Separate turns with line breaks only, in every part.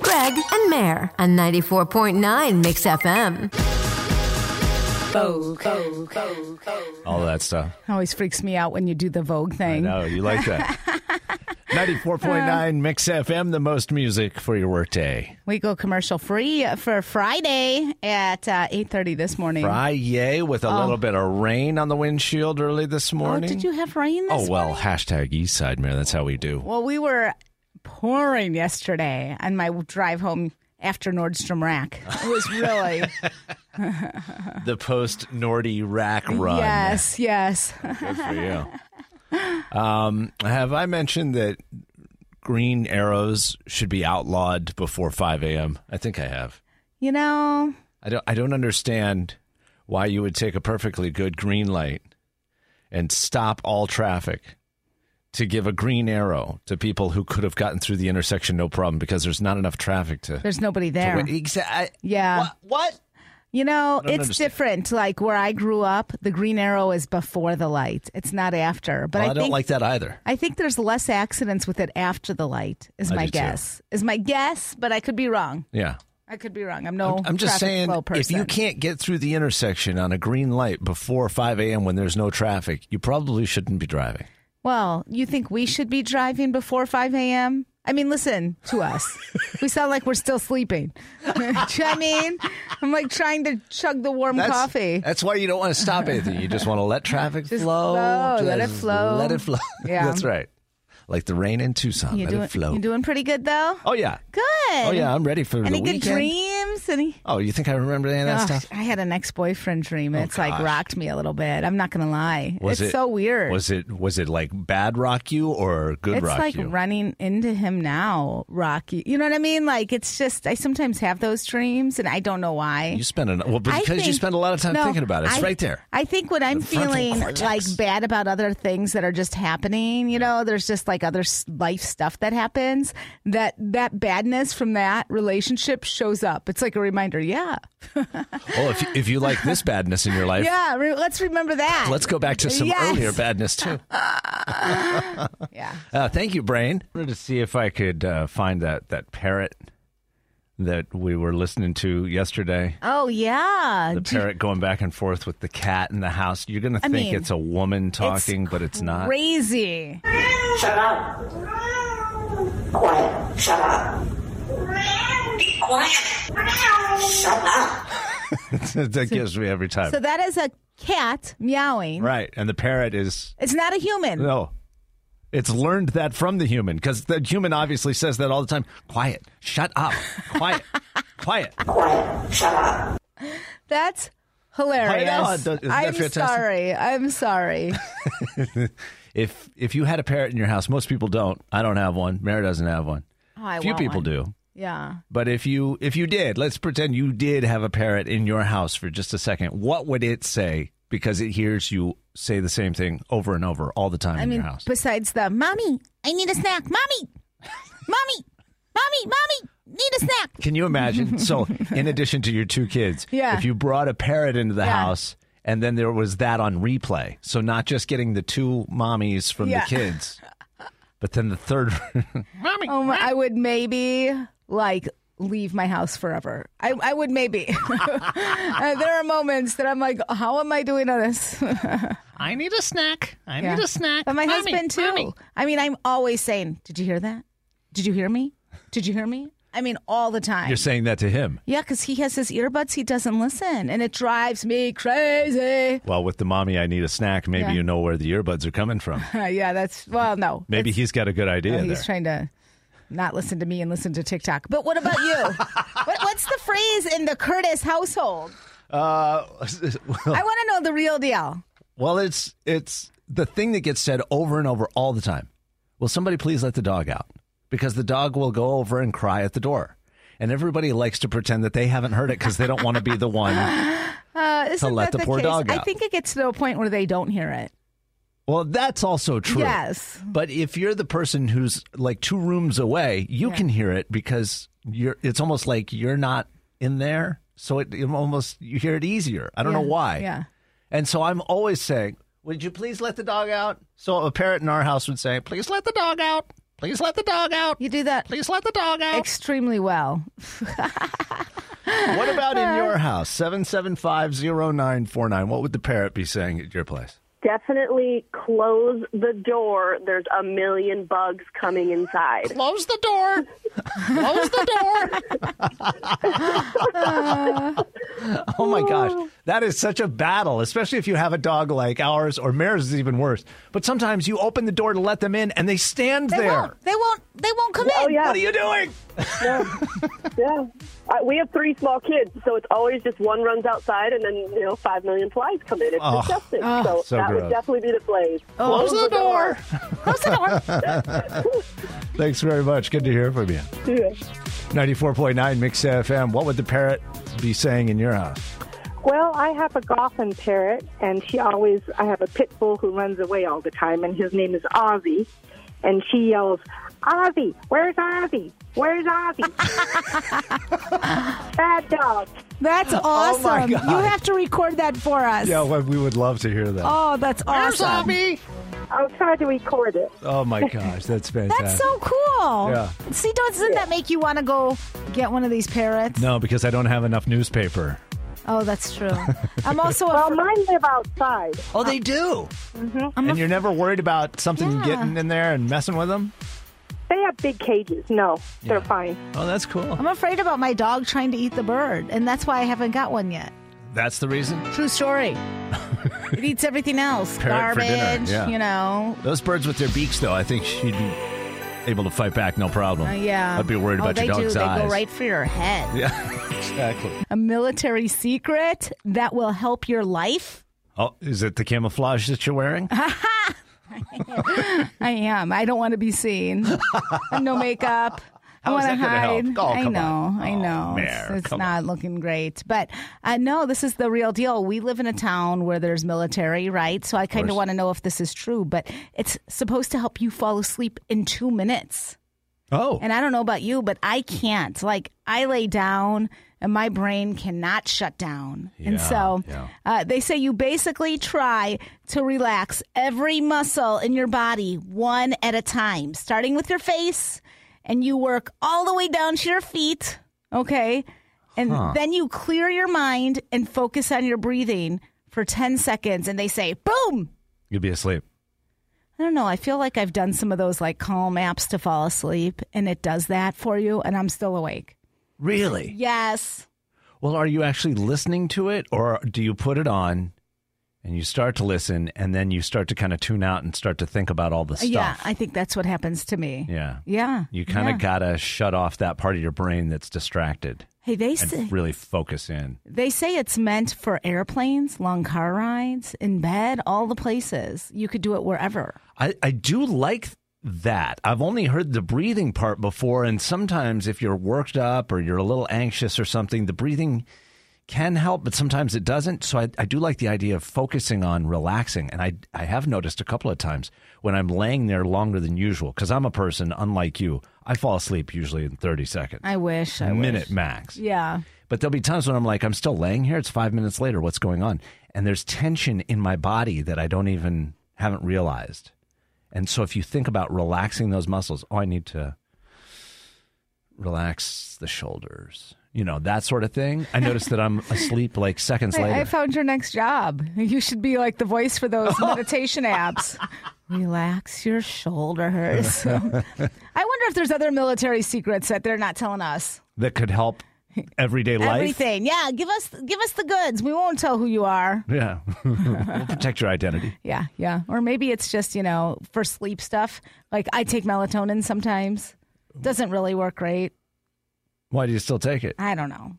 Craig and Mare on 94.9 Mix FM.
Vogue. Vogue. Vogue.
all that stuff.
Always freaks me out when you do the Vogue
I
thing.
know you like that. 94.9 Mix FM, the most music for your workday.
We go commercial free for Friday at uh, eight thirty this morning.
Friday with a little bit of rain on the windshield early this
Oh,
morning.
did you have rain this
Oh, well,
morning?
hashtag East Side Mayor. That's how we do.
Well, we were pouring yesterday on my drive home after Nordstrom Rack. It was really
The post Nordy rack run.
yes, yes.
Good for you. Um, have I mentioned that green arrows should be outlawed before 5 a.m.? I think I have.
You know,
I don't I don't understand why you would take a perfectly good green light and stop all traffic to give a green arrow to people who could have gotten through the intersection no problem because there's not enough traffic to, to
there's nobody there.
wait. Exa- I-
Yeah.
What? what?
You know,
don't
it's
understand.
different. Like where I grew up, the green arrow is before the light. It's not after. But
Well, I,
I,
don't
think
like that either.
I think there's less accidents with it after the light. Is
I
my
do too.
guess. Is my guess, but I could be wrong.
Yeah.
I could be wrong. I'm no.
I'm just
traffic
saying,
flow
if
person.
you can't get through the intersection on a green light before 5 a.m. when there's no traffic, you probably shouldn't be driving.
Well, you think we should be driving before 5 a.m.? I mean, listen to us. we sound like we're still sleeping. Do you know what I mean? I'm like trying to chug the warm
That's,
coffee.
That's why you don't want to stop anything. You just want to let traffic
Just
flow.
flow, let it
just
flow.
Let it flow.
Yeah.
that's right. Like the rain in Tucson.
you
let
doing,
it flow.
you doing pretty good, though?
oh yeah.
Good.
Oh yeah. I'm ready for
Any
the
good
weekend.
dreams? Any?
Oh, you think I remember any of that
Ugh,
stuff? Oh,
I had an ex-boyfriend dream. It's like
gosh.
rocked me a little bit. I'm not gonna lie.
Was
it's
it
so weird.
Was it was it like bad rock you or good
it's
rock
like
you?
running into him now, Rocky. You know what I mean? Like it's just I sometimes have those dreams and I don't know why.
You spend an well
I
because you
think-
spend a lot of time
no,
thinking about it. It's
I-
right there.
I think when I'm
frontal
feeling
cortex.
like bad about other things that are just happening, you know, there's just like other s- life stuff that happens. That that badness from that relationship shows up. It's like a reminder. Yeah,
Oh, if you, if you like this badness in your life,
yeah. Re- let's remember that.
let's go back to some
Yes.
earlier badness too.
Yeah.
Uh, thank you, Brain. wanted to see if I could uh, find that that parrot that we were listening to yesterday.
Oh yeah.
The
Do-
parrot going back and forth with the cat in the house. You're gonna
I
think
mean,
it's a woman talking, but it's not.
Crazy.
Shut up. Quiet. Shut up. Be quiet. Shut up.
that gives me every time.
So that is a cat meowing.
right, and the parrot is
It's not a human.
no. It's learned that from the human because the human obviously says that all the time. Quiet, shut up, quiet, quiet.
Quiet. Shut up.
That's
I know.
hilarious.
Isn't that
I'm
fantastic?
sorry. I'm sorry.
If if you had a parrot in your house, most people don't. I don't have one. Mary doesn't have one.
Oh, I
Few
want
people
one.
do.
Yeah.
But if you if you did, let's pretend you did have a parrot in your house for just a second. What would it say? Because it hears you say the same thing over and over all the time
I
in
mean,
your house.
besides the mommy, I need a snack. Mommy, mommy, mommy, mommy, need a snack.
Can you imagine? so, in addition to your two kids,
Yeah.
if you brought a parrot into the
Yeah.
house and then there was that on replay, so not just getting the two mommies from
Yeah.
the kids, but then the third.
Oh my, I would maybe like leave my house forever. I, I would maybe. Uh, there are moments that I'm like, how am I doing on this?
I need a snack. I
Yeah. But my husband too. I mean, I'm always saying, "Did you hear that? Did you hear me? Did you hear me?" I mean, all the time.
You're saying that to him.
yeah, because he has his earbuds. He doesn't listen, and it drives me crazy.
Well, with the mommy, I need a snack. Maybe
Yeah.
you know where the earbuds are coming from.
Uh, yeah, that's well, no.
Maybe he's got a good idea.
It's-
there.
he's trying to not listen to me and listen to TikTok. But what about you? what, what's the phrase in the Curtis household?
Uh, well,
I want to know the real deal.
well, it's it's the thing that gets said over and over all the time. Will somebody please let the dog out? Because the dog will go over and cry at the door, and everybody likes to pretend that they haven't heard it because they don't want to be the one.
Uh, isn't
let
that
the poor
case?
dog
I
out.
think it gets to a point where they don't hear it.
Well, that's also true.
Yes.
But if you're the person who's like two rooms away, you can hear it because you're. It's almost like you're not in there, so it, it almost you hear it easier. I don't know
Yeah,
why.
Yeah.
And so I'm always saying, Would you please let the dog out? So a parrot in our house would say, Please let the dog out. Please let the dog out.
You do that
Please let the dog out.
extremely well.
What about in your house? 7750949. What would the parrot be saying at your place?
Definitely close the door. There's a million bugs coming inside.
Close the door. Close the door. oh my gosh. That is such a battle, especially if you have a dog like ours or Mare's is even worse. But sometimes you open the door to let them in and they stand
They
there.
won't. They won't. They won't come
Oh
in.
yeah,
What are you doing?
yeah. Uh, we have three small kids, so it's always just one runs outside, and then you know five million flies come in. It's
Oh.
disgusting. so,
So
that
gross.
would definitely be the blaze.
Close the door.
Close the door.
Thanks very much. Good to hear from you.
Yeah.
94.9 Mix FM. What would the parrot be saying in your house?
Well, I have a Goffin parrot, and she always, I have a pit bull who runs away all the time, and his name is Ozzy. And she yells, Ozzy, where's Ozzy? Where's Ozzy? Bad dog.
That's awesome.
my
You
God.
have to record that for us.
Yeah, well, we would love to hear that. Oh,
Oh, that's awesome.
I'll try to record it.
Oh my gosh, that's fantastic.
That's so cool.
Yeah.
See, doesn't that make you want to go get one of these parrots?
no, because I don't have enough newspaper.
Oh, that's true. I'm also a
Well, mine live outside.
Oh, they do. And you're never worried about something
Mm-hmm. Yeah.
getting in there and messing with them?
They have big cages. No,
Yeah.
they're fine.
Oh, that's cool.
I'm afraid about my dog trying to eat the bird, and that's why I haven't got one yet.
That's the reason.
True story. it eats everything else.
Parrot for dinner,
Garbage,
yeah.
you know.
Those birds with their beaks, though, I think she'd be able to fight back no problem.
Uh, yeah.
I'd be worried
oh,
about
they
your
do.
dog's eyes.
They go right for your head.
Yeah, exactly.
A military secret that will help your life?
Oh, is it the camouflage that you're wearing?
Uh-huh. I am. I don't want to be seen. I'm no makeup. I
How is
want to
that gonna help?
hide.
Oh,
I
come
know.
on.
I
Oh,
know. it's
Mare,
it's
come
not looking great, but uh, no, this is the real deal. We live in a town where there's military, right? So I kind of
course.
want to know if this is true. But it's supposed to help you fall asleep in two minutes.
oh,
And I don't know about you, but I can't. Like I lay down and my brain cannot shut down. and
Yeah,
so
yeah.
uh, they say you basically try to relax every muscle in your body one at a time, starting with your face, and you work all the way down to your feet. Okay. And then you clear your mind and focus on your breathing for 10 seconds. And they say, boom,
you'd be asleep.
I don't know. I feel like I've done some of those like calm apps to fall asleep, and it does that for you, and I'm still awake.
Really?
Yes.
Well, are you actually listening to it, or do you put it on and you start to listen, and then you start to kind of tune out and start to think about all the stuff?
Uh, Yeah, I think that's what happens to me.
yeah.
Yeah.
You kind of
yeah.
gotta shut off that part of your brain that's distracted
Hey, they say,
and really focus in.
they say it's meant for airplanes, long car rides, in bed, all the places. You could do it wherever.
I, I do like that. I've only heard the breathing part before, and sometimes if you're worked up or you're a little anxious or something, the breathing can help, but sometimes it doesn't. So I, I do like the idea of focusing on relaxing. And I, I have noticed a couple of times when I'm laying there longer than usual, because I'm a person, unlike you, I fall asleep usually in 30 seconds,
I wish. I
a minute
wish.
max.
Yeah.
But there'll be times when I'm like, I'm still laying here. It's five minutes later. What's going on? And there's tension in my body that I don't even haven't realized. And so if you think about relaxing those muscles, oh, I need to relax the shoulders, you know, that sort of thing. I noticed that I'm asleep like seconds later.
I, I found your next job. You should be like the voice for those meditation apps. Relax your shoulders. I wonder if there's other military secrets that they're not telling us.
that could help everyday life.
Everything. Yeah, give us give us the goods. We won't tell who you are.
Yeah. we'll protect your identity.
Yeah, yeah. Or maybe it's just, you know, for sleep stuff. Like I take melatonin sometimes. Doesn't really work great.
Why do you still take it?
I don't know.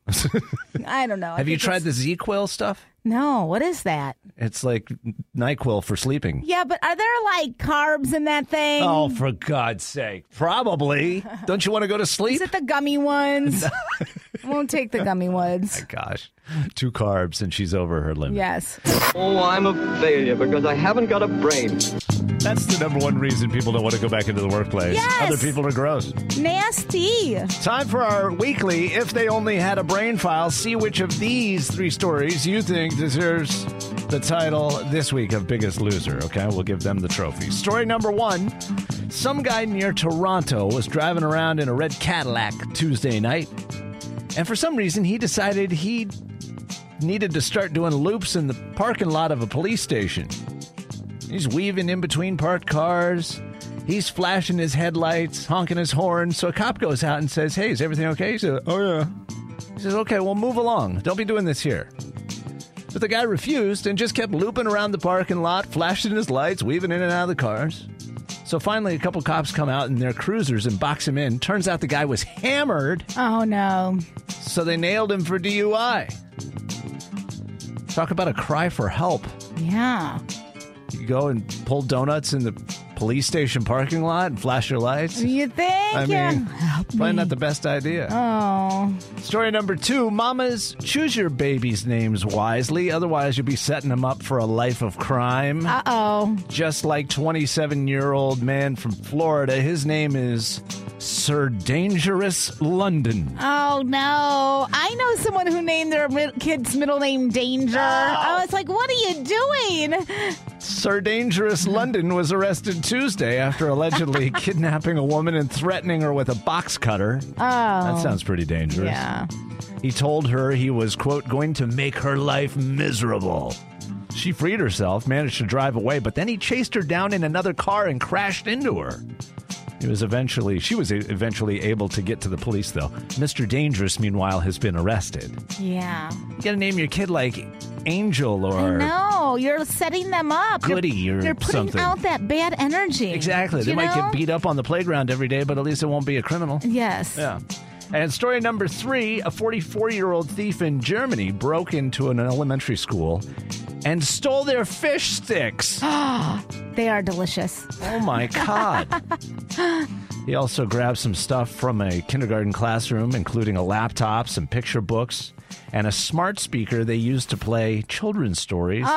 I don't know. I
Have you
think
tried
it's-
the Z Quill stuff?
No, what is that?
It's like NyQuil for sleeping.
Yeah, but are there like carbs in that thing?
Oh, for God's sake. Probably. Don't you want to go to sleep?
Is it the gummy ones? I won't take the gummy ones.
Gosh, two carbs and she's over her limit.
Yes.
Oh, I'm a failure because I haven't got a brain.
That's the number one reason people don't want to go back into the workplace.
Yes!
Other people are gross.
Nasty.
Time for our weekly If They Only Had a Brain File. See which of these three stories you think deserves the title this week of Biggest Loser. Okay, we'll give them the trophy. Story number one Some guy near Toronto was driving around in a red Cadillac Tuesday night, and for some reason, he decided he needed to start doing loops in the parking lot of a police station. He's weaving in between parked cars. He's flashing his headlights, honking his horn. So a cop goes out and says, Hey, is everything okay? He says, Oh, yeah. He says, Okay, well, move along. Don't be doing this here. But the guy refused and just kept looping around the parking lot, flashing his lights, weaving in and out of the cars. So finally, a couple cops come out in their cruisers and box him in. Turns out the guy was hammered,
Oh no.
so they nailed him for DUI. Talk about a cry for help.
Yeah.
You go and pull donuts in the police station parking lot and flash your lights.
Do you think?
I
yeah.
mean, probably not the best idea.
oh.
Story number two Mamas, choose your baby's names wisely. Otherwise, you'll be setting them up for a life of crime.
Uh oh.
Just like 27 year old man from Florida, his name is Sir Dangerous London.
Oh no. I know someone who named their mid- kid's middle name Danger. I was like, what are you doing?
Sir
Mm-hmm.
Dangerous London was arrested Tuesday after allegedly kidnapping a woman and threatening her with a box cutter.
Oh.
That sounds pretty dangerous.
Yeah.
He told her he was, quote, going to make her life miserable. She freed herself, managed to drive away, but then he chased her down in another car and crashed into her. He was eventually, she was eventually able to get to the police, though. Mr. Dangerous, meanwhile, has been arrested.
Yeah.
You gotta name your kid like Angel or.
No, you're setting them up.
Goody
you're,
or
They're putting
something.
out that bad energy.
Exactly. They
You
might
know?
get beat up on the playground every day, but at least it won't be a criminal.
Yes.
Yeah. And story number three a 44 year old thief in Germany broke into an elementary school and stole their fish sticks.
They are delicious.
oh my God. he also grabbed some stuff from a kindergarten classroom, including a laptop, some picture books, and a smart speaker they used to play children's stories.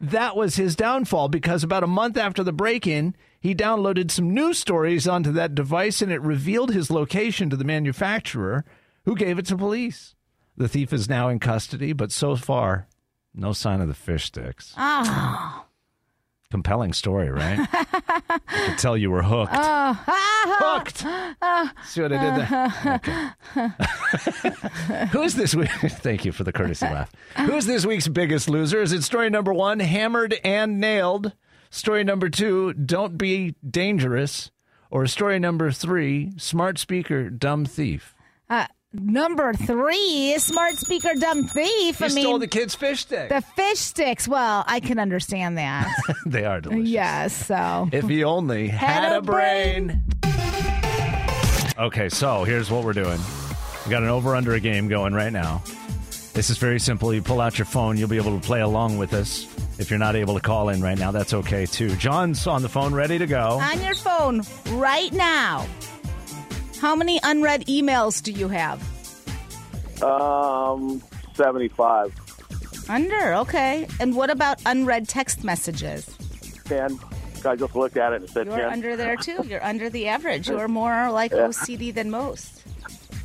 That was his downfall because about a month after the break in, he downloaded some news stories onto that device and it revealed his location to the manufacturer who gave it to police. The thief is now in custody, but so far, no sign of the fish sticks. Oh. Compelling story, right? I could tell you were hooked.
Ah.
hooked! See what I did there? Okay. Who's this week? Thank you for the courtesy laugh. Who's this week's biggest loser? Is it story number one, hammered and nailed? Story number two, don't be dangerous? Or story number three, smart speaker, dumb thief?
Number three, smart speaker, dumb thief.
He
I mean,
stole the kid's fish stick.
the fish sticks. Well, I can understand that.
they are delicious.
yeah. So.
If he only had, a
a brain.
brain. Okay, so here's what we're doing. We got an over under game going right now. This is very simple. You pull out your phone, you'll be able to play along with us. If you're not able to call in right now, that's okay too. John's on the phone, ready to go.
on your phone right now. How many unread emails do you have?
Um, 75.
Under, okay. And what about unread text messages?
10. I just looked at it and said
You're
10.
under there too. You're under the average. You're more like OCD than most.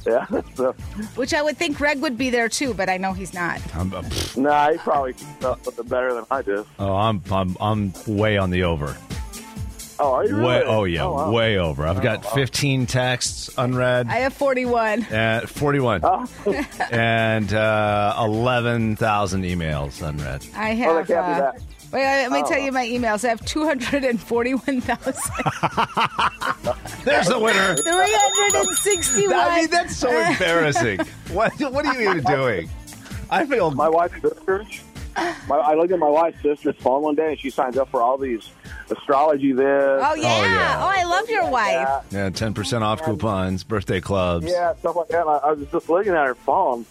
Yeah. So,
Which I would think Greg would be there too, but I know he's not.
I'm, uh, pff,
nah, he probably felt better than I did.
oh, I'm, I'm, I'm way on the over.
Oh, are you
Way,
really?
oh, yeah,
wow.
way over. I've got 15 texts unread.
I have 41.
Uh, 41
Oh, well,
and uh, 11,000 emails unread.
I
they
have.
can't do
uh,
that.
Wait,
Oh.
let me tell you my emails. I have 241,000.
There's the winner.
361.
I mean, that's so embarrassing. what, what are you even doing? I feel
My wife's sisters. My, I looked at my wife's sister's phone one day, and she signs up for all these astrology this.
Oh yeah. oh
yeah.
I love your wife.
yeah, 10% off coupons, birthday clubs.
Yeah, stuff like that. I, I was just looking at her phone,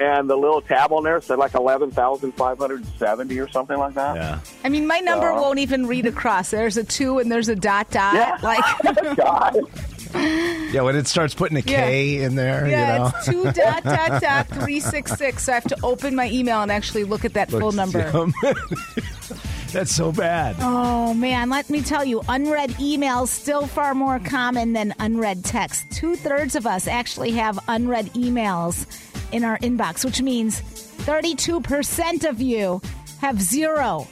and the little tab on there said like eleven thousand five hundred seventy or something like that.
Yeah.
I mean, my number
Oh.
won't even read across. There's a two and there's a dot dot.
Yeah.
Like,
God,
Yeah, when it starts putting a K in there, you
yeah,
know.
it's two dot dot dot three six six. So I have to open my email and actually look at that full number.
That's so bad.
Oh man, let me tell you, unread emails still far more common than unread text. Two thirds of us actually have unread emails in our inbox, which means 32% of you have zero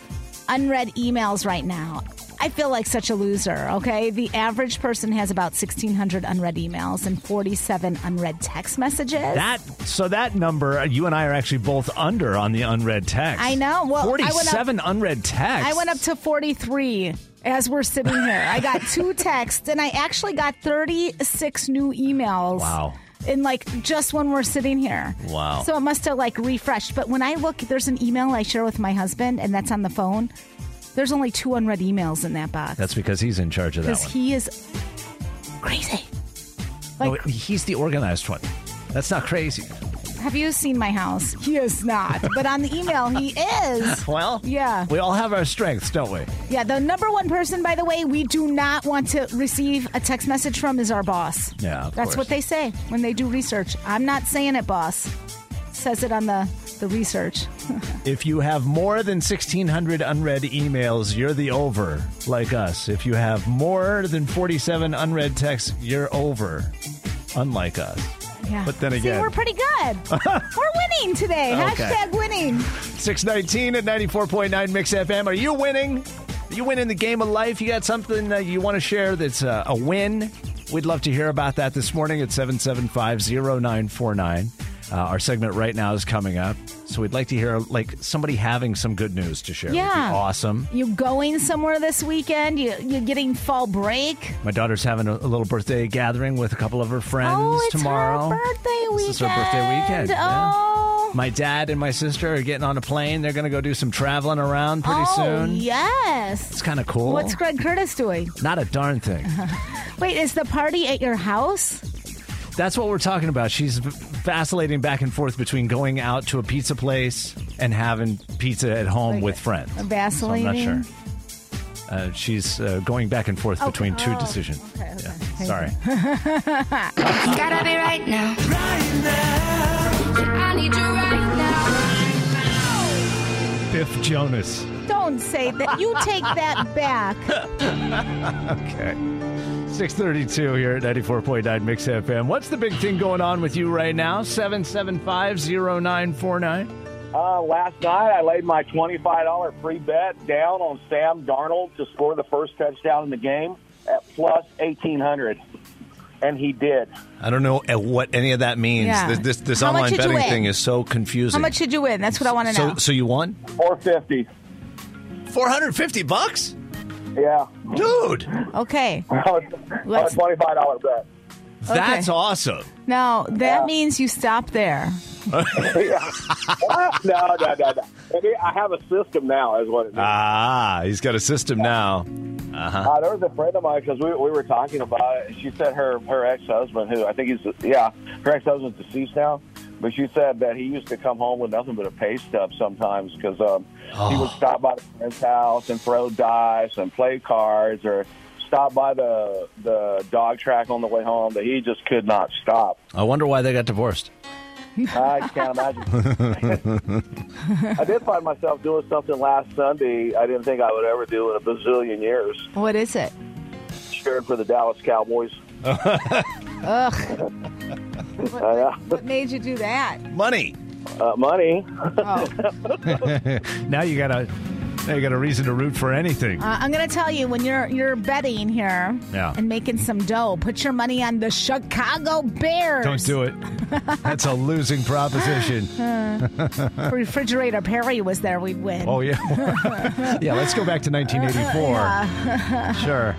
unread emails right now. I feel like such a loser, okay? The average person has about 1,600 unread emails and 47 unread text messages.
That so that number uh, you and I are actually both under on the unread text.
I know. Well, I went up-
forty-seven unread texts.
I went up to 43 as we're sitting here. I got two texts and I actually got 36 new emails.
Wow.
In like just when we're sitting here.
Wow.
So it must have like refreshed. But when I look, there's an email I share with my husband and that's on the phone. There's only two unread emails in that box
That's because he's in charge of that
because
one.
he is crazy.
No,
Like,
he's the organized one. That's not crazy.
have you seen my house? He is not. But on the email, he is.
Well,
Yeah.
We all have our strengths, don't we?
Yeah, the number one person, by the way, we do not want to receive a text message from is our boss.
Yeah, of
That's
course.
what they say when they do research. I'm not saying it, boss. Says it on the, the research.
If you have more than 1,600 unread emails, you're the over, like us. If you have more than 47 unread texts, you're over, unlike us.
Yeah.
But then
See,
again-
we're pretty good. we're winning today.
Okay.
Hashtag winning.
619 at 94.9 Mix FM. Are you winning? Are you winning the game of life? You got something that you want to share that's uh, a win? We'd love to hear about that this morning at 775-0949. Uh, our segment right now is coming up. So we'd like to hear like somebody having some good news to share. Would be
Yeah.
awesome.
You going somewhere this weekend? You you getting fall break?
My daughter's having a, a little birthday gathering with a couple of her friends
oh, it's
tomorrow.
her birthday weekend.
This is her birthday weekend, yeah.
Oh.
My dad and my sister are getting on a plane. They're going to go do some traveling around pretty
oh,
soon.
Yes.
It's kind of cool.
What's Greg Curtis doing?
Not a darn thing.
Wait, is the party at your house?
That's what we're talking about. She's v- vacillating back and forth between going out to a pizza place and having pizza at home with friends.
Vaseline.
So I'm not sure. Uh, she's uh, going back and
Oh,
forth between two decisions. Yeah. Sorry.
It's gotta be right now. I need you right now.
Biff Jonas.
Don't say that. You take that back.
Okay. 632 here at 94.9 Mix FM. What's the big thing going on with you right now? 7750949.
Uh, last night, I laid my $25 free bet down on Sam Darnold to score the first touchdown in the game at plus 1800 And he did.
I don't know uh, what any of that means.
Yeah.
This this, this
How much
online
did you
betting
win?
thing is so confusing.
How much did you win? That's what I want to
so
know.
so you won
450
four hundred fifty bucks,
Yeah.
dude.
okay. Let's-
That's a $25 bet.
That's awesome.
Now, that means you stop there.
What? no, no, no, no. And it- I have a system now, is what it is.
Ah, he's got a system now.
Uh, there was a friend of mine because we, we were talking about it. And she said her her ex husband, who I think he's yeah, her ex husband's deceased now, but she said that he used to come home with nothing but a pay stub sometimes because um, he would stop by the friend's house and throw dice and play cards or stop by the the dog track on the way home that he just could not stop.
I wonder why they got divorced.
I can't imagine. I did find myself doing something last Sunday I didn't think I would ever do in a bazillion years,
What is it?
cheering for the Dallas Cowboys.
What,
yeah.
what made you do that?
Money.
Uh, money.
Oh.
Now you got a now you got a reason to root for anything.
Uh, I'm gonna tell you when you're you're betting here
Yeah.
and making some dough. Put your money on the Chicago Bears.
Don't do it. That's a losing proposition.
Refrigerator Perry was there, we'd win.
Oh yeah, yeah. Let's go back to 1984.
Uh,
Sure.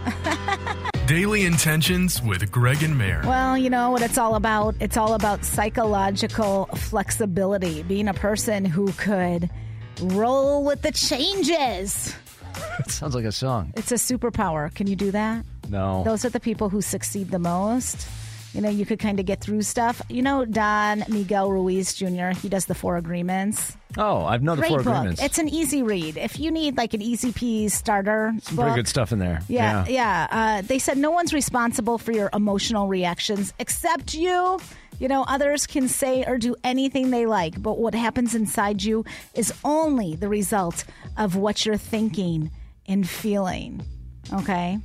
Daily Intentions with Greg and Mayor.
Well, you know what it's all about? It's all about psychological flexibility, being a person who could roll with the changes.
It sounds like a song.
It's a superpower. Can you do that?
No.
Those are the people who succeed the most. You know, you could kind of get through stuff. You know, Don Miguel Ruiz Jr., he does the Four Agreements.
oh, I've known the
Great
four
book.
agreements.
It's an easy read. If you need like an easy peasy starter,
Some
book,
pretty good stuff in there.
Yeah, yeah. Uh, they said no one's responsible for your emotional reactions except you. You know, others can say or do anything they like, but what happens inside you is only the result of what you're thinking and feeling. Okay?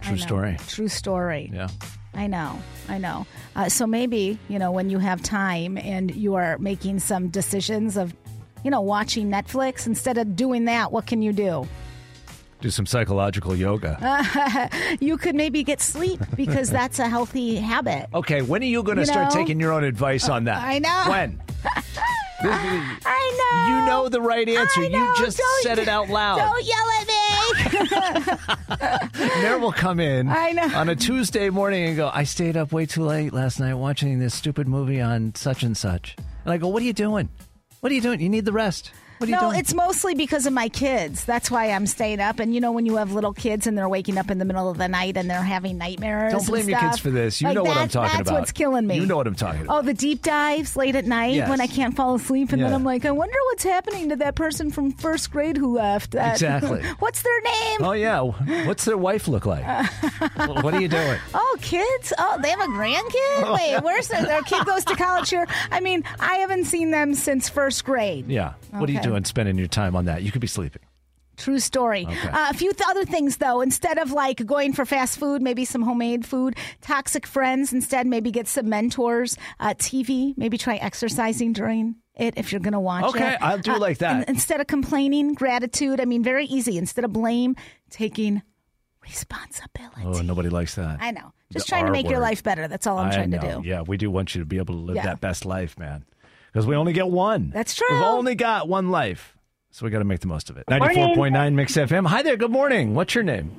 I
True
know.
story.
True story.
Yeah.
I know, I know. Uh, so maybe you know when you have time and you are making some decisions of, you know, watching Netflix. Instead of doing that, what can you do?
Do some psychological yoga.
Uh, You could maybe get sleep because that's a healthy habit.
Okay, when are you going to
You
start
know- uh,
taking your own advice on that?
I know.
When?
I know.
You know the right answer.
I
You
know.
just
Don't-
said it out loud.
Don't yell at me.
Nair will come in
I know.
on a Tuesday morning and go, I stayed up way too late last night watching this stupid movie on such and such. And I go, What are you doing? What are you doing? You need the rest. What are you
no,
doing?
it's mostly because of my kids. That's why I'm staying up. And you know, when you have little kids and they're waking up in the middle of the night and they're having nightmares.
Don't blame
and
your
stuff,
kids for this. You
like
know what I'm
that's-
talking
that's
about.
what's killing me.
You know what I'm talking about.
Oh, the deep dives late at night
Yes.
when I can't fall asleep, and then
Yeah.
I'm like, I wonder what's happening to that person from first grade who left. That-
Exactly.
what's their name?
Oh, yeah. What's their wife look like? what are you doing?
Oh, kids! Oh, they have a grandkid. Wait, where's their, their kid goes to college here? I mean, I haven't seen them since first grade.
Yeah. What are you
Okay.
doing spending your time on that? You could be sleeping.
True story. Uh, a few th- other things, though. Instead of like going for fast food, maybe some homemade food, toxic friends, instead, maybe get some mentors, uh, TV, maybe try exercising during it if you're going to watch it.
Okay, I'll do like that.
and instead of complaining, gratitude. I mean, very easy. Instead of blame, taking responsibility.
Oh, nobody likes that.
I know. Just
The
trying to
R
make your
word.
life better. That's all I'm
I
trying to
know.
do.
Yeah, we do want you to be able to live
Yeah.
that best life, man. Because we only get one.
That's true.
We've only got one life. So we got to make the most of it. 94.9 Mix FM. Hi there. Good morning. What's your name?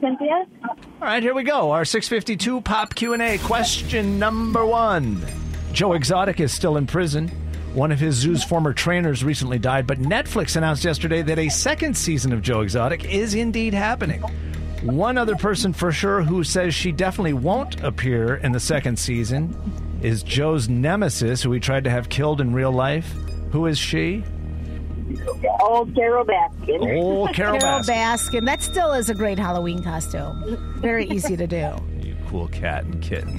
Cynthia?
All right, here we go. Our 652 Pop Q&A question number 1. Joe Exotic is still in prison. One of his zoo's former trainers recently died, but Netflix announced yesterday that a second season of Joe Exotic is indeed happening. One other person for sure who says she definitely won't appear in the second season is Joe's nemesis, who he tried to have killed in real life. Who is she?
Oh, Carol Baskin.
Oh, Carol
Carol
Baskin.
Baskin. That still is a great Halloween costume. Very easy to do.
You cool cat and kitten.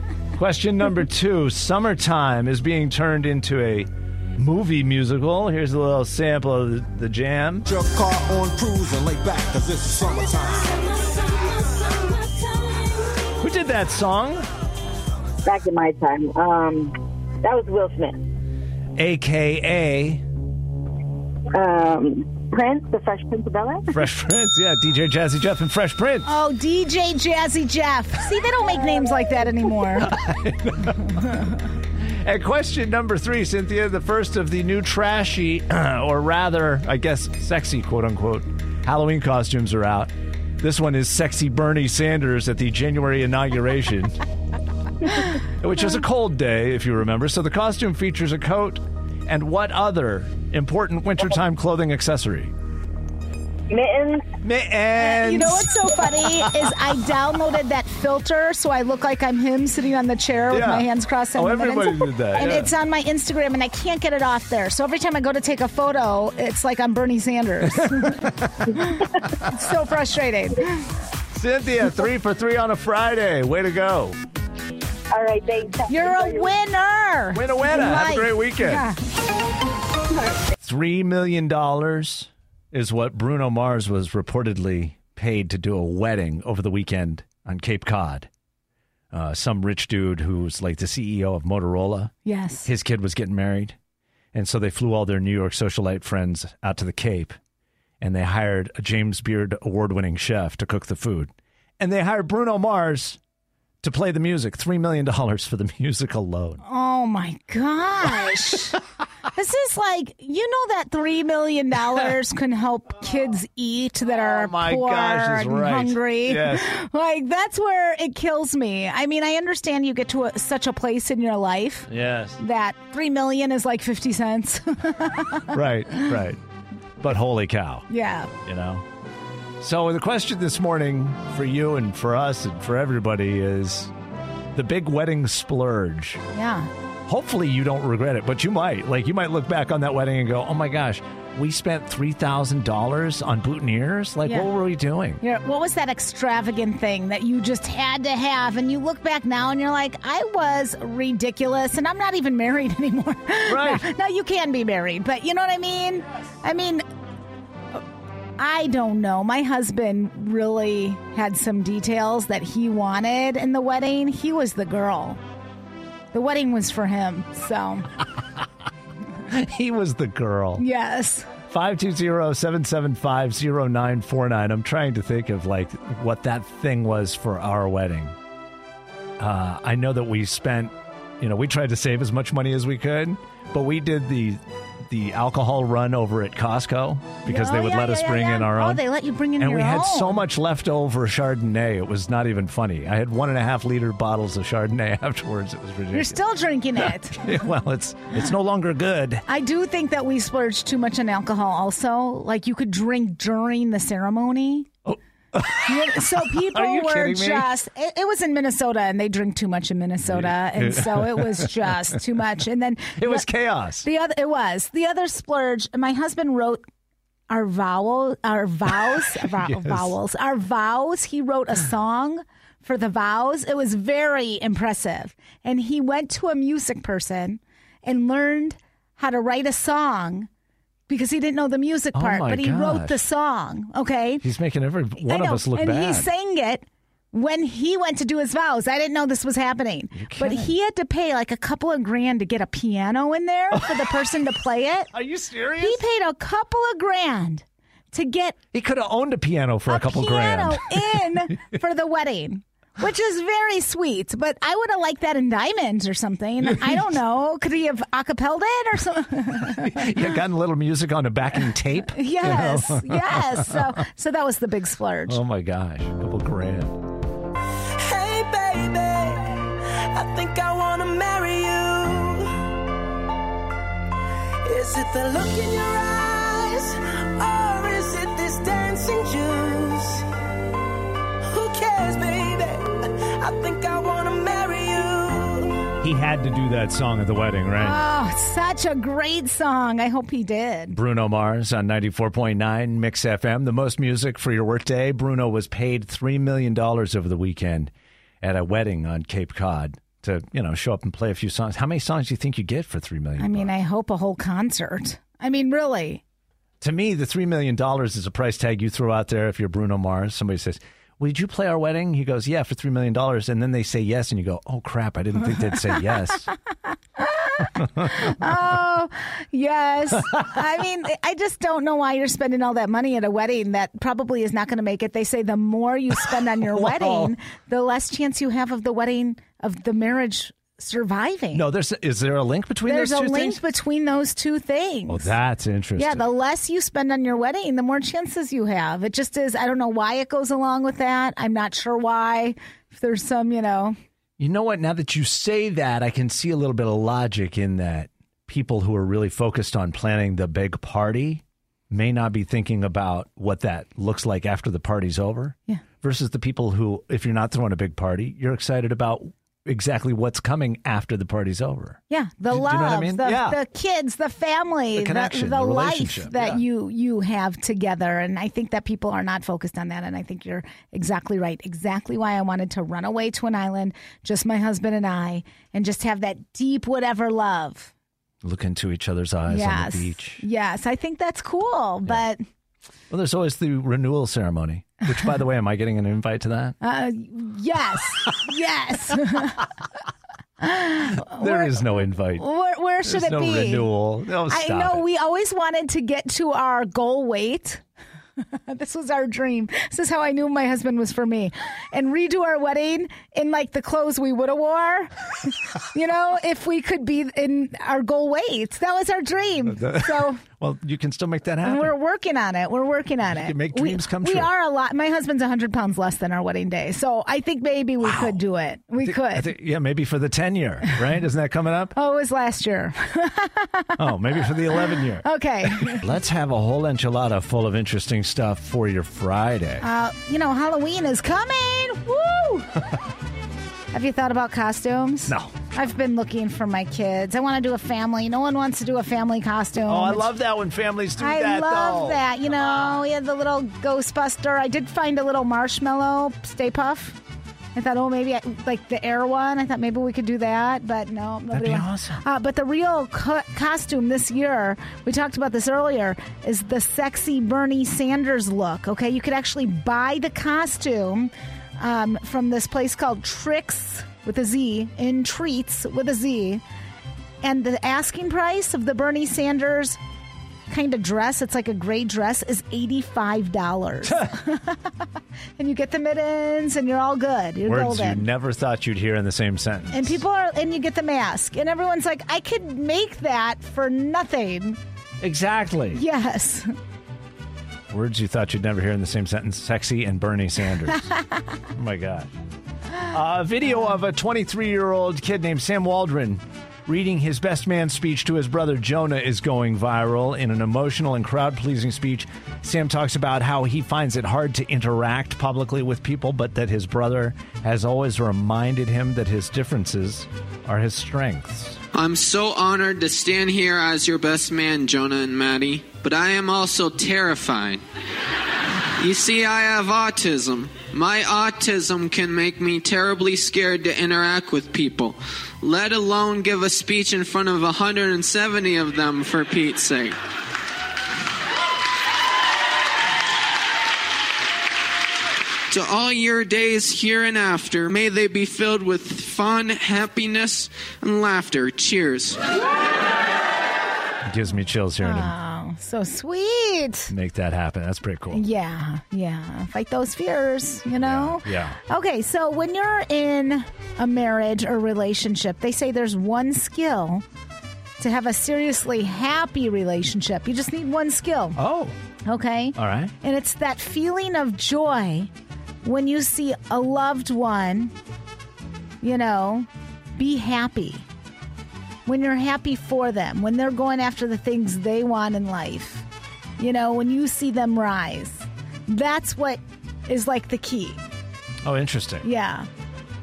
Question number two Summertime is being turned into a movie musical. Here's a little sample of the, the jam.
Your car on cruise and lay back, cause it's summertime.
Who did that song?
Back in my time. Um, that was Will Smith.
AKA
Um, Prince, the Fresh Prince of Bel-Air?
Fresh Prince. Yeah, DJ Jazzy Jeff and Fresh Prince.
Oh, DJ Jazzy Jeff. See, they don't make names like that anymore.
And question number three, Cynthia, the first of the new trashy, or rather, I guess, sexy, quote unquote, Halloween costumes are out. This one is sexy Bernie Sanders at the January inauguration, which is a cold day, if you remember. So the costume features a coat and what other important wintertime clothing accessory?
Mittens.
Mittens.
You know what's so funny is I downloaded that filter so I look like I'm him sitting on the chair with
Yeah.
my hands crossed. and
Oh,
the mittens.
everybody did that,
And
yeah.
it's on my Instagram, and I can't get it off there. So every time I go to take a photo, it's like I'm Bernie Sanders. it's so frustrating.
Cynthia, three for three on a Friday. Way to go.
All right, thanks.
You're a winner.
Win a winner. Have a
Mike.
great weekend.
Yeah.
Three million dollars is what Bruno Mars was reportedly paid to do a wedding over the weekend on Cape Cod. Uh, some rich dude who's like the CEO of Motorola.
Yes.
His kid was getting married. And so they flew all their New York socialite friends out to the Cape and they hired a James Beard award winning chef to cook the food. And they hired Bruno Mars to play the music. $3 million for the music alone.
Oh my gosh. this is like, you know that $3 million can help kids eat that are
Oh my
poor
gosh, that's
and
right.
hungry.
Yes.
Like, that's where it kills me. I mean, I understand you get to a, such a place in your life
Yes.
that $3 million is like 50 cents.
right, right. But holy cow.
yeah.
you know? So the question this morning for you and for us and for everybody is the big wedding splurge.
Yeah.
Hopefully you don't regret it, but you might. Like you might look back on that wedding and go, "Oh my gosh, we spent $3,000 on boutonnieres? Like
Yeah.
what were we doing?"
you know, what was that extravagant thing that you just had to have? And you look back now and you're like, I was ridiculous and I'm not even married anymore.
Right.
now, now you can be married, but you know what I mean? I mean, I don't know. My husband really had some details that he wanted in the wedding. He was the girl. The wedding was for him, so
he was the girl.
Yes.
520-775-0949. I'm trying to think of like what that thing was for our wedding. Uh, I know that we spent, you know, we tried to save as much money as we could, but we did the the alcohol run over at Costco because
Oh,
they would
yeah,
let
yeah,
us
yeah,
bring
yeah.
in our
Oh,
own.
they let you bring in
and
your
we had so
own.
much leftover Chardonnay. It was not even funny. I had one and a half liter bottles of Chardonnay afterwards. It was ridiculous.
You're still drinking it.
well, it's it's no longer good.
I do think that we splurged too much on alcohol also. Like you could drink during the ceremony. You- so people
Oh. you
were
kidding me?
just it, it was in Minnesota and they drink too much in Minnesota and so it was just too much and then
It was chaos.
the other it was the other splurge my husband wrote our vowel our vows vow-
Yes.
vowels our vows he wrote a song for the vows it was very impressive and he went to a music person and learned how to write a song because he didn't know the music
Oh
part
my
but he wrote
gosh.
the song okay
He's making every
I
one of
know,
us look
and
bad.
he sang it when he went to do his vows. I didn't know this was happening. But he had to pay like a couple of grand to get a piano in there for the person to play it.
Are you serious?
He paid a couple of grand to get
He could have owned a piano for a, couple
piano
grand.
in for the wedding. Which is very sweet, but I would have liked that in diamonds or something. I don't know. Could he have acapelled it or something?
you gotten a little music on a backing tape. you know?
yes, yes. So, so that was the big splurge.
oh my gosh, a couple grand.
Hey, baby, I think I wanna marry you. Is it the look in your eyes, or is it this dancing juice? Who cares, baby? I think I wanna marry you.
He had to do that song at the wedding, right?
Oh, such a great song. I hope he did.
Bruno Mars on 94.9 Mix FM, the most music for your workday. Bruno was paid $3 million over the weekend at a wedding on Cape Cod to, you know, show up and play a few songs. How many songs do you think you get for $3 million?
I mean, I hope a whole concert. I mean, really.
to me, the three million dollars is a price tag you throw out there if you're Bruno Mars. Somebody says, "Would you play our wedding?" He goes, "Yeah, for three million dollars." And then they say yes, and you go, "Oh crap, I didn't think they'd say yes."
Oh, yes. I mean, I just don't know why you're spending all that money at a wedding that probably is not going to make it. They say the more you spend on your wedding, the less chance you have of the wedding, of the marriage surviving.
No, there's is there a link between
There's
those
a
two
link
things? Oh,
between those two things.
Well, that's interesting.
Yeah, the less you spend on your wedding, the more chances you have. It just is. I don't know why it goes along with that. I'm not sure why. If there's some, you know,
you know what? Now that you say that, I can see a little bit of logic in that. People who are really focused on planning the big party may not be thinking about what that looks like after the party's over.
Yeah.
Versus the people who, if you're not throwing a big party, you're excited about exactly what's coming after the party's over.
yeah, the
know what
love,
I mean?
the,
Yeah.
the kids, the family,
The connection, the
life
relationship,
that
yeah.
you you have together. And I think that people are not focused on that. And I think you're exactly right. Exactly why I wanted to run away to an island, just my husband and I, and just have that deep whatever love.
Look into each other's eyes
yes,
on the beach.
yes, I think that's cool, but.
Well, there's always the renewal ceremony, which, by the way, am I getting an invite to that?
Uh, yes, yes.
there is no invite.
where, where
There's
should it
no
be?
renewal. No,
I
stop
know
it.
we always wanted to get to our goal weight. this was our dream. This is how I knew my husband was for me, and redo our wedding in like the clothes we would have wore. you know, if we could be in our goal weight, that was our dream. So.
Well, you can still make that
And
happen.
we're working on it. We're working on it.
can make dreams
we,
come
we
true.
are a lot. My husband's 100 pounds less than our wedding day. So I think maybe we could do it. We could.
I think- yeah, maybe for the 10 year, right? Isn't that coming up?
Oh, it was last year.
Oh, maybe for the 11 year.
Okay.
Let's have a whole enchilada full of interesting stuff for your Friday.
Uh, you know, Halloween is coming. Woo! Have you thought about costumes?
No.
I've been looking for my kids. I want to do a family. No one wants to do a family costume.
Oh, I love that when families do
I
that,
love
though.
that. You know, we had the little Ghostbuster. I did find a little marshmallow Stay Puff. I thought, oh, maybe I, like the air one. I thought maybe we could do that, but no, nobody.
be
wants- Uh, but the real co- costume this year, we talked about this earlier, is the sexy Bernie Sanders look. Okay, you could actually buy the costume um, from this place called Tricks with a Z in Treats with a Z And the asking price of the Bernie Sanders kind of dress, it's like a gray dress, is $85. and you get the mittens and you're all good. You're
Words
golden.
you never thought you'd hear in the same sentence.
And people are, and you get the mask. And everyone's like, I could make that for nothing.
Exactly.
Yes.
Words you thought you'd never hear in the same sentence. Sexy and Bernie Sanders. oh my God. A video of a 23 year old kid named Sam Waldron reading his best man speech to his brother Jonah is going viral. In an emotional and crowd pleasing speech, Sam talks about how he finds it hard to interact publicly with people, but that his brother has always reminded him that his differences are his strengths.
I'm so honored to stand here as your best man, Jonah and Maddie, but I am also terrified. You see, I have autism. My autism can make me terribly scared to interact with people, let alone give a speech in front of 170 of them, for Pete's sake. To all your days here and after, may they be filled with fun, happiness, and laughter. Cheers.
It gives me chills hearing
Oh, so sweet.
him make that happen. That's pretty cool.
Yeah, yeah. Fight those fears, you know?
Uh-huh. Yeah.
Okay, so when you're in a marriage or relationship, they say there's one skill to have a seriously happy relationship. You just need one skill.
Oh.
Okay.
All right.
And it's that feeling of joy when you see a loved one, you know, be happy. When you're happy for them, when they're going after the things they want in life, you know, when you see them rise, that's what is like the key.
Oh, interesting.
Yeah.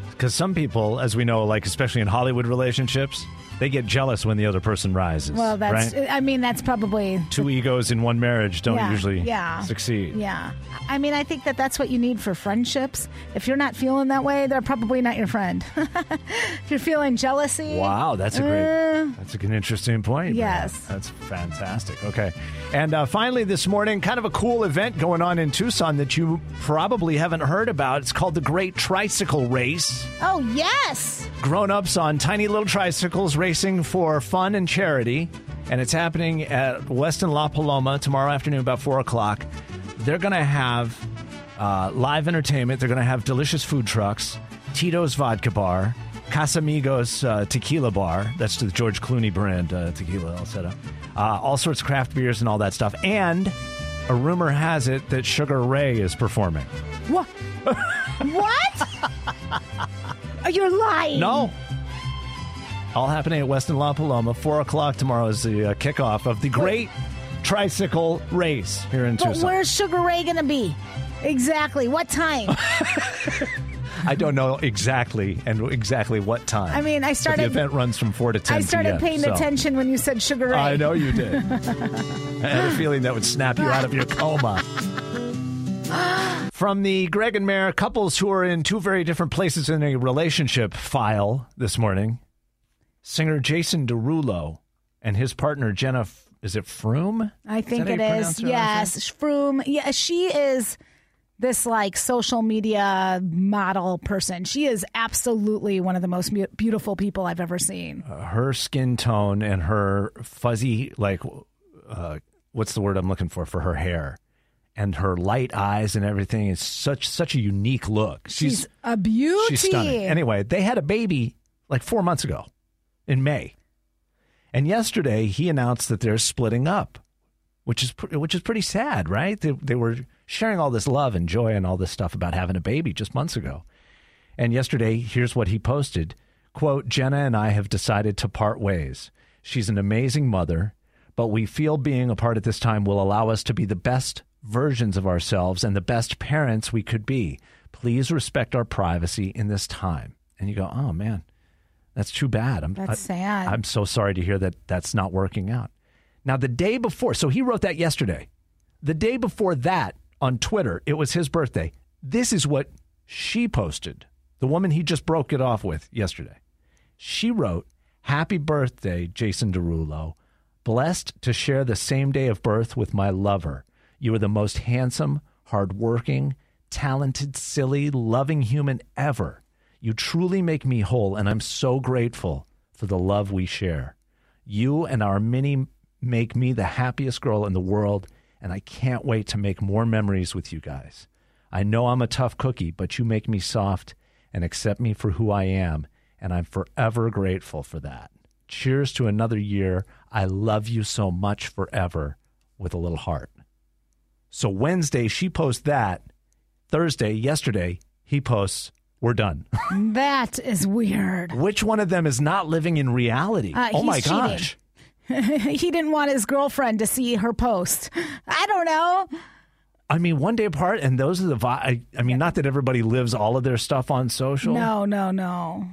Because some people, as we know, like especially in Hollywood relationships, they get jealous when the other person rises.
Well, that's,
right?
I mean, that's probably
two egos in one marriage don't
Yeah,
usually
yeah.
succeed.
Yeah. I mean, I think that that's what you need for friendships. If you're not feeling that way, they're probably not your friend. if you're feeling jealousy.
Wow, that's a
uh,
great, that's an interesting point. Brianna.
Yes.
That's fantastic. Okay. And uh, finally, this morning, kind of a cool event going on in Tucson that you probably haven't heard about. It's called the Great Tricycle Race.
Oh, yes.
grown ups on tiny little tricycles racing for fun and charity. And it's happening at Weston La Paloma tomorrow afternoon, about 4 o'clock. They're going to have uh, live entertainment, they're going to have delicious food trucks, Tito's Vodka Bar. Casamigos uh, Tequila Bar. That's the George Clooney brand uh, tequila, all set up. Uh, all sorts of craft beers and all that stuff. And a rumor has it that Sugar Ray is performing.
What? what? Oh, you're lying.
No. All happening at Weston La Paloma. Four o'clock tomorrow is the uh, kickoff of the great tricycle race here in
But
Tucson.
where's Sugar Ray going to be? Exactly. What time?
I don't know exactly and exactly what time.
I mean, I
But
started-
The event runs from four to ten.
I started
PM,
paying
so
attention when you said Sugar Ray.
I know you did. I had a feeling that would snap you out of your coma. From the Greg and Mayor couples who are in two very different places in a relationship file this morning, singer Jason Derulo and his partner Jenna. F- Is it Froome?
I think
how
it
you
is.
pronounce her last
Yes, Froome. Yeah, she is this like social media model person. She is absolutely one of the most mu- beautiful people I've ever seen.
her skin tone and her fuzzy like uh, what's the word I'm looking for for her hair and her light eyes and everything is such such a unique look. She's
She's a beauty.
she's stunning. Anyway, they had a baby like 4 months ago in May. And yesterday he announced that they're splitting up, which is pr- which is pretty sad, right? They they were sharing all this love and joy and all this stuff about having a baby just months ago. And yesterday, here's what he posted. Quote, Jenna and I have decided to part ways. She's an amazing mother, but we feel being apart at this time will allow us to be the best versions of ourselves and the best parents we could be. Please respect our privacy in this time. And you go, oh man, that's too bad. I'm,
That's
I-
sad.
I'm so sorry to hear that that's not working out. Now, the day before, so he wrote that yesterday. The day before that on Twitter, it was his birthday. This is what she posted. The woman he just broke it off with yesterday. She wrote, Happy birthday, Jason Derulo. Blessed to share the same day of birth with my lover. You are the most handsome, hardworking, talented, silly, loving human ever. You truly make me whole, and I'm so grateful for the love we share. You and our mini make me the happiest girl in the world, and I can't wait to make more memories with you guys. I know I'm a tough cookie, but you make me soft and accept me for who I am, and I'm forever grateful for that. Cheers to another year. I love you so much forever with a little heart. So Wednesday, she posts that. Thursday, yesterday, he posts, We're done.
That is weird.
Which one of them is not living in reality?
Uh,
oh
he's
my
cheating.
gosh.
he didn't want his girlfriend to see her post. I don't know.
I mean, one day apart, and those are the. Vi- I, I mean, not that everybody lives all of their stuff on social.
No, no, no.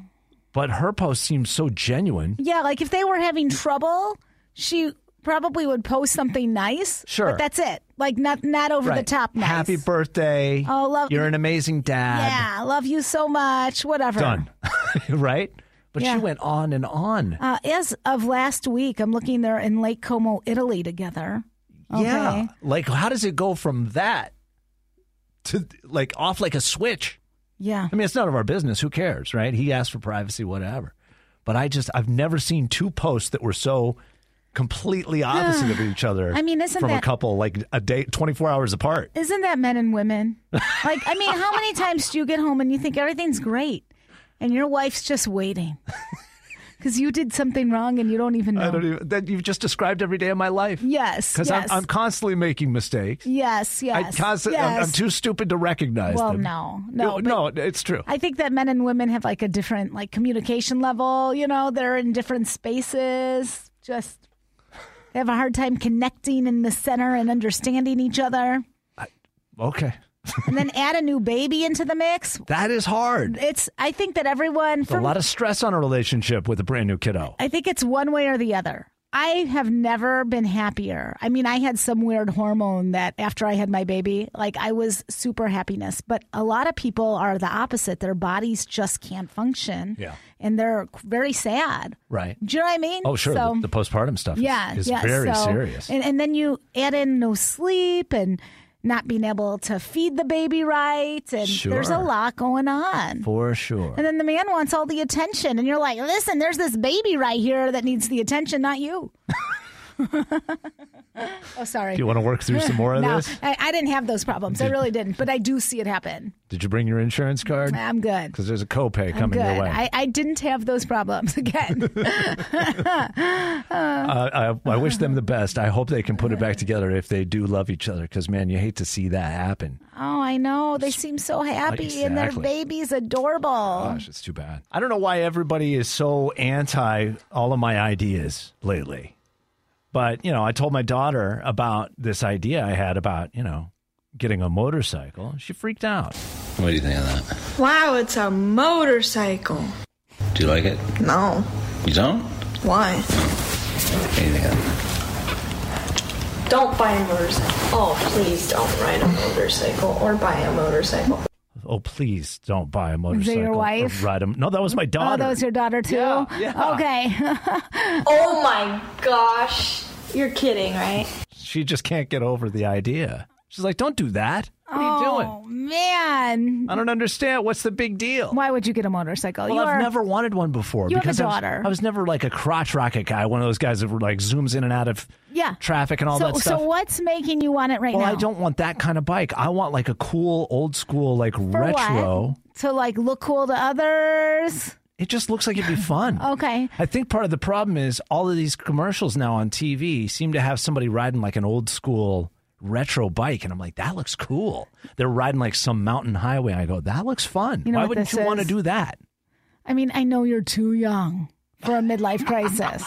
But her post seems so genuine.
Yeah, like if they were having trouble, she probably would post something nice.
Sure.
But that's it. Like not not over the
Right.
top nice.
Happy birthday.
Oh, love-
You're an amazing dad.
yeah, love you so much. Whatever.
Done. right? But
Yeah.
she went on and on.
Uh, as of last week, I'm looking there in Lake Como, Italy together.
Yeah.
Okay.
Like, how does it go from that to like off like a switch?
Yeah.
I mean, it's none of our business. Who cares, right? He asked for privacy, whatever. But I just, I've never seen two posts that were so completely opposite of each other.
I mean, isn't
from a
that-
couple like a day, twenty four hours apart?
Isn't that men and women? Like, I mean, how many times do you get home and you think everything's great and your wife's just waiting? Because you did something wrong and you don't even know.
I don't even. That you've just described every day of my life.
Yes.
Because
yes.
I'm, I'm constantly making mistakes.
Yes, yes.
I constantly,
yes.
I'm, I'm too stupid to recognize
Well,
them.
no, no,
no, it's true.
I think that men and women have like a different like communication level. You know, they're in different spaces. Just they have a hard time connecting in the center and understanding each other.
okay,
And then add a new baby into the mix.
that is hard.
It's. I think that everyone.
It's a
For,
lot of stress on a relationship with a brand new kiddo.
I think it's one way or the other. I have never been happier. I mean, I had some weird hormone that after I had my baby, like I was super happiness. But a lot of people are the opposite. Their bodies just can't function.
Yeah.
And they're very sad.
Right.
Do you know what I mean?
Oh, sure.
So,
the, the postpartum stuff
yeah.
is, is
yeah.
very
so-
serious.
And, and then you add in no sleep and not being able to feed the baby right. And there's a
Sure.
lot going on.
for sure.
And then the man wants all the attention. And you're like, listen, there's this baby right here that needs the attention, not you. oh, sorry.
Do you want to work through some more of
no,
this?
I, I didn't have those problems. I
Did-
really didn't. But I do see it happen.
Did you bring your insurance card?
I'm good.
Because there's a copay
I'm
coming
good.
your way.
I, I didn't have those problems again.
Uh, I, I wish them the best. I hope they can put it back together if they do love each other. Because man, you hate to see that happen.
oh, I know. They seem so happy, and their
Exactly.
baby's adorable.
Gosh, it's too bad. I don't know why everybody is so anti all of my ideas lately. But, you know, I told my daughter about this idea I had about, you know, getting a motorcycle. She freaked out.
What do you think of that?
Wow, it's a motorcycle.
Do you like it?
No.
You don't?
Why?
What do you think of that?
Don't buy a motorcycle. Oh, please don't ride a motorcycle or buy a motorcycle.
Oh, please don't buy a
Was
motorcycle.
it your
or
wife?
Ride a, no, that was my
Oh,
daughter.
that was your daughter, too?
yeah.
Okay.
oh my gosh. You're kidding, right?
she just can't get over the idea. She's like, don't do that. What are you doing?
Oh, man.
I don't understand. What's the big deal?
Why would you get a motorcycle?
Well,
you
I've
are-
never wanted one before.
You have a
because I was- I
daughter.
was, never like a crotch rocket guy, one of those guys that were like zooms in and out of
Yeah.
traffic and all
so,
that stuff.
So what's making you want it right
well,
now?
I don't want that kind of bike. I want like a cool, old school, like
For
retro.
what? To like look cool to others.
It just looks like it'd be fun.
Okay.
I think part of the problem is all of these commercials now on TV seem to have somebody riding like an old school retro bike, and I'm like, that looks cool. They're riding like some mountain highway. I go, that looks fun.
You know
Why
what
wouldn't
this
you want to
is?
do that?
I mean, I know you're too young for a midlife crisis.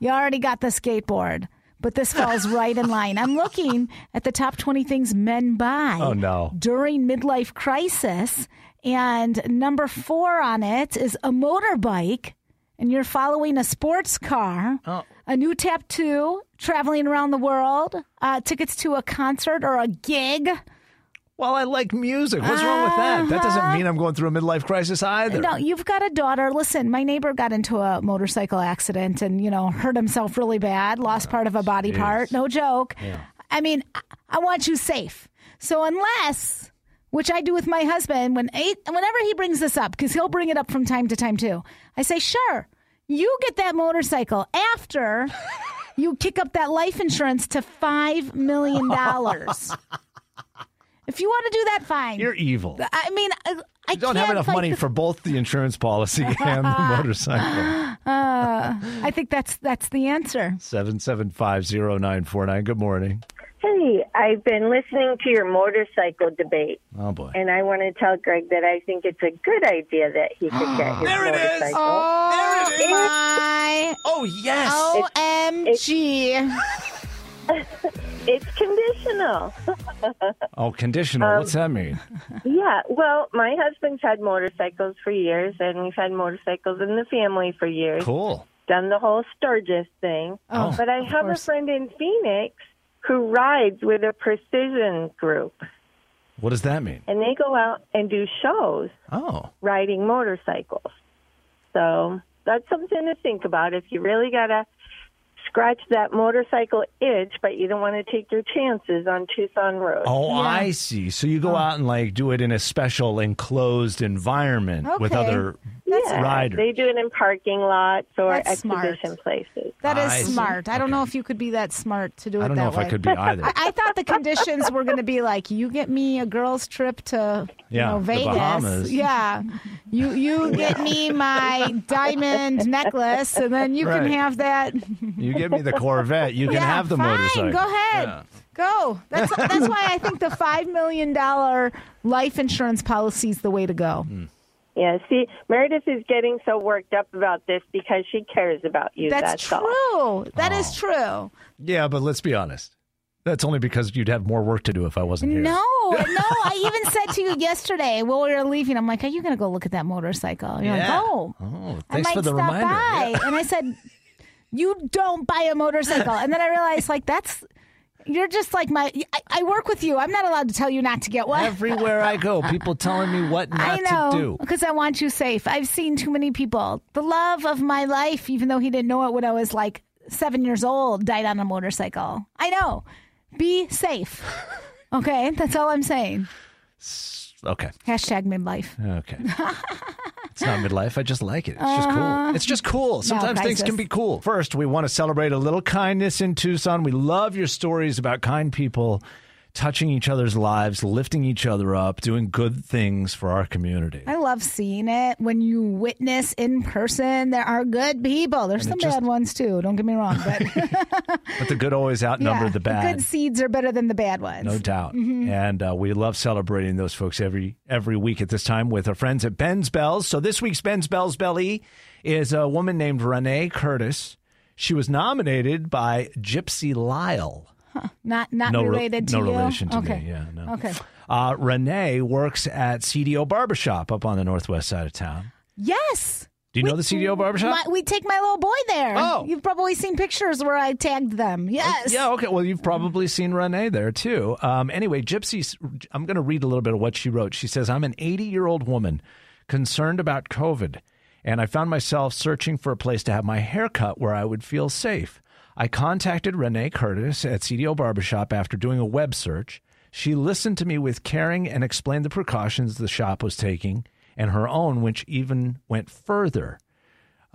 you already got the skateboard, but this falls right in line. I'm looking at the top 20 things men buy
Oh, no.
during midlife crisis, and number four on it is a motorbike, and you're following a sports car, a new tattoo, traveling around the world, uh, tickets to a concert or a gig.
Well, I like music. What's wrong with that? That doesn't mean I'm going through a midlife crisis either.
Uh-huh. No, you've got a daughter. Listen, my neighbor got into a motorcycle accident and, you know, hurt himself really bad,
Oh,
lost part of a body
jeez.
part. No joke.
Yeah.
I mean, I- I want you safe. So unless, which I do with my husband, when eight, whenever he brings this up, because he'll bring it up from time to time too, I say, sure, You get that motorcycle after you kick up that life insurance to $5 million. if you want to do that, fine.
You're evil.
I mean, I, I
You don't
can't
have enough
fight
money
the-
for both the insurance policy and the motorcycle.
Uh, I think that's that's the answer.
Seven seven five zero nine four nine. Good morning.
Hey, I've been listening to your motorcycle debate,
Oh boy.
and I want to tell Greg that I think it's a good idea that he could get his
There it is.
motorcycle.
Oh, my.
Oh, yes.
OMG.
It's conditional.
Oh, conditional. What's
um,
that mean?
yeah, well, my husband's had motorcycles for years, and we've had motorcycles in the family for years.
Cool.
Done the whole Sturgis thing.
Oh,
but I
of
have
course.
a friend in Phoenix who rides with a precision group,
What does that mean?
and they go out and do shows.
Oh.
riding motorcycles. So that's something to think about. If you really got to scratch that motorcycle itch, but you don't want to take your chances on Tucson Road.
Oh, I see. So you go
Um,
out and like do it in a special enclosed environment with
Okay.
other
yeah,
riders.
They do it in parking lots or
That's smart.
exhibition places.
That is
I see.
smart. I don't know if you could be that smart to do it
I don't
that
know if I
way.
could be either.
I, I thought the conditions were going to be like you get me a girls trip to you
Yeah,
know,
the
Vegas.
Bahamas.
Yeah. You you get me my diamond necklace and then you can
Right.
have that.
You give me the Corvette, you can
Yeah,
have the
fine,
motorcycle.
Go ahead.
Yeah.
Go. That's that's why I think the 5 million dollar life insurance policy is the way to go.
Yeah, see, Meredith is getting so worked up about this because she cares about you. That's,
That's
all.
true. That is
Oh.
true.
Yeah, but let's be honest. That's only because you'd have more work to do if I wasn't here.
No, no. I even said to you yesterday while we were leaving, I'm like, "Are you going to go look at that motorcycle?" And you're
Yeah.
like, "Oh,
Oh,
I
thanks
might
for the
stop
reminder.
by." And I said, "You don't buy a motorcycle." And then I realized, like, that's you're just like my. I, I work with you. I'm not allowed to tell you not to get one.
Everywhere I go, people telling me what not
I
to
know
do.
because I want you safe. I've seen too many people. The love of my life, even though he didn't know it when I was like seven years old, died on a motorcycle. I know. Be safe. Okay, that's all I'm saying.
Okay.
Hashtag midlife.
Okay. it's not midlife. I just like it. It's just
Uh-huh.
cool. It's just cool.
No,
Sometimes things can
crisis.
be cool. First, we want to celebrate a little kindness in Tucson. We love your stories about kind people touching each other's lives, lifting each other up, doing good things for our community.
I love seeing it when you witness in person. There are good people. There's
And it
some
just-
bad ones too. Don't get me wrong, but
But the good always outnumber
yeah,
the bad.
good seeds are better than the bad ones.
No doubt.
Mhm.
And uh, we love celebrating those folks every every week at this time with our friends at Ben's Bells. So this week's Ben's Bells Belly is a woman named Renee Curtis. She was nominated by Gypsy Lyle.
Not not
No re-
related to
no
you.
relation to me,
okay.
yeah, no.
Okay.
Uh, Renee works at CDO Barbershop up on the northwest side of town.
Yes.
Do you know the CDO Barbershop?
My, we take my little boy there.
Oh.
You've probably seen pictures where I tagged them. Yes.
Yeah, okay. Well, you've probably seen Renee there too. Um, anyway, Gypsy, I'm going to read a little bit of what she wrote. She says, I'm an 80 year old woman concerned about COVID, and I found myself searching for a place to have my hair cut where I would feel safe. I contacted Renee Curtis at CDO Barbershop after doing a web search. She listened to me with caring and explained the precautions the shop was taking and her own, which even went further.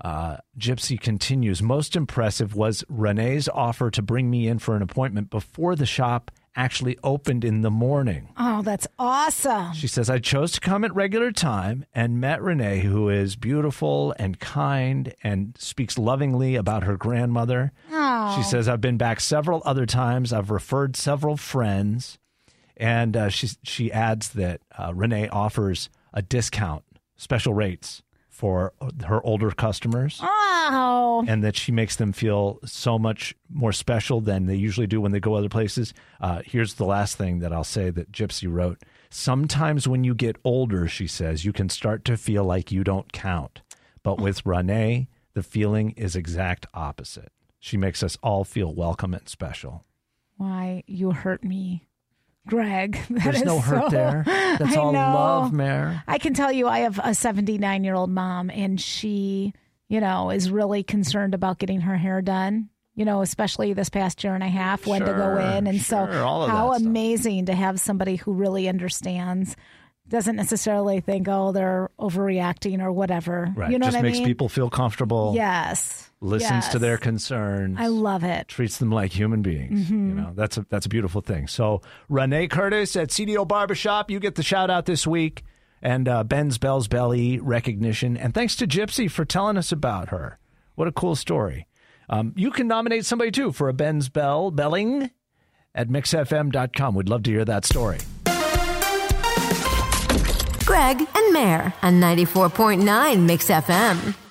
Uh, Gypsy continues Most impressive was Renee's offer to bring me in for an appointment before the shop actually opened in the morning.
Oh, that's awesome.
She says, I chose to come at regular time and met Renee, who is beautiful and kind and speaks lovingly about her grandmother.
Aw.
She says, I've been back several other times. I've referred several friends. And uh, she, she adds that uh, Renee offers a discount, special rates for her older customers
Oh.
and that she makes them feel so much more special than they usually do when they go other places. Uh, here's the last thing that I'll say that Gypsy wrote. Sometimes when you get older, she says, you can start to feel like you don't count. But with Renee, the feeling is exact opposite. She makes us all feel welcome and special.
Why you hurt me, Greg? That
There's
is
no hurt
so-
there. That's
I
all
know.
love, Mare.
I can tell you, I have a 79 year old mom, and she, you know, is really concerned about getting her hair done. You know, especially this past year and a half, when to go
Sure,
in, and so
sure, all of
how
that stuff.
amazing to have somebody who really understands doesn't necessarily think, oh, they're overreacting or whatever.
Right.
You know
Just
what I
makes
mean?
people feel comfortable.
Yes.
Listens to
Yes.
their concerns.
I love it.
Treats them like human beings. You
Mhm.
know, that's a that's a beautiful thing. So Renee Curtis at CDO Barbershop, you get the shout out this week. And uh, Ben's Bell's Belly recognition. And thanks to Gypsy for telling us about her. What a cool story. Um, you can nominate somebody too for a Ben's Bell Belling at mixfm.com. We'd love to hear that story.
Greg and Mayor on 94.9 Mix FM.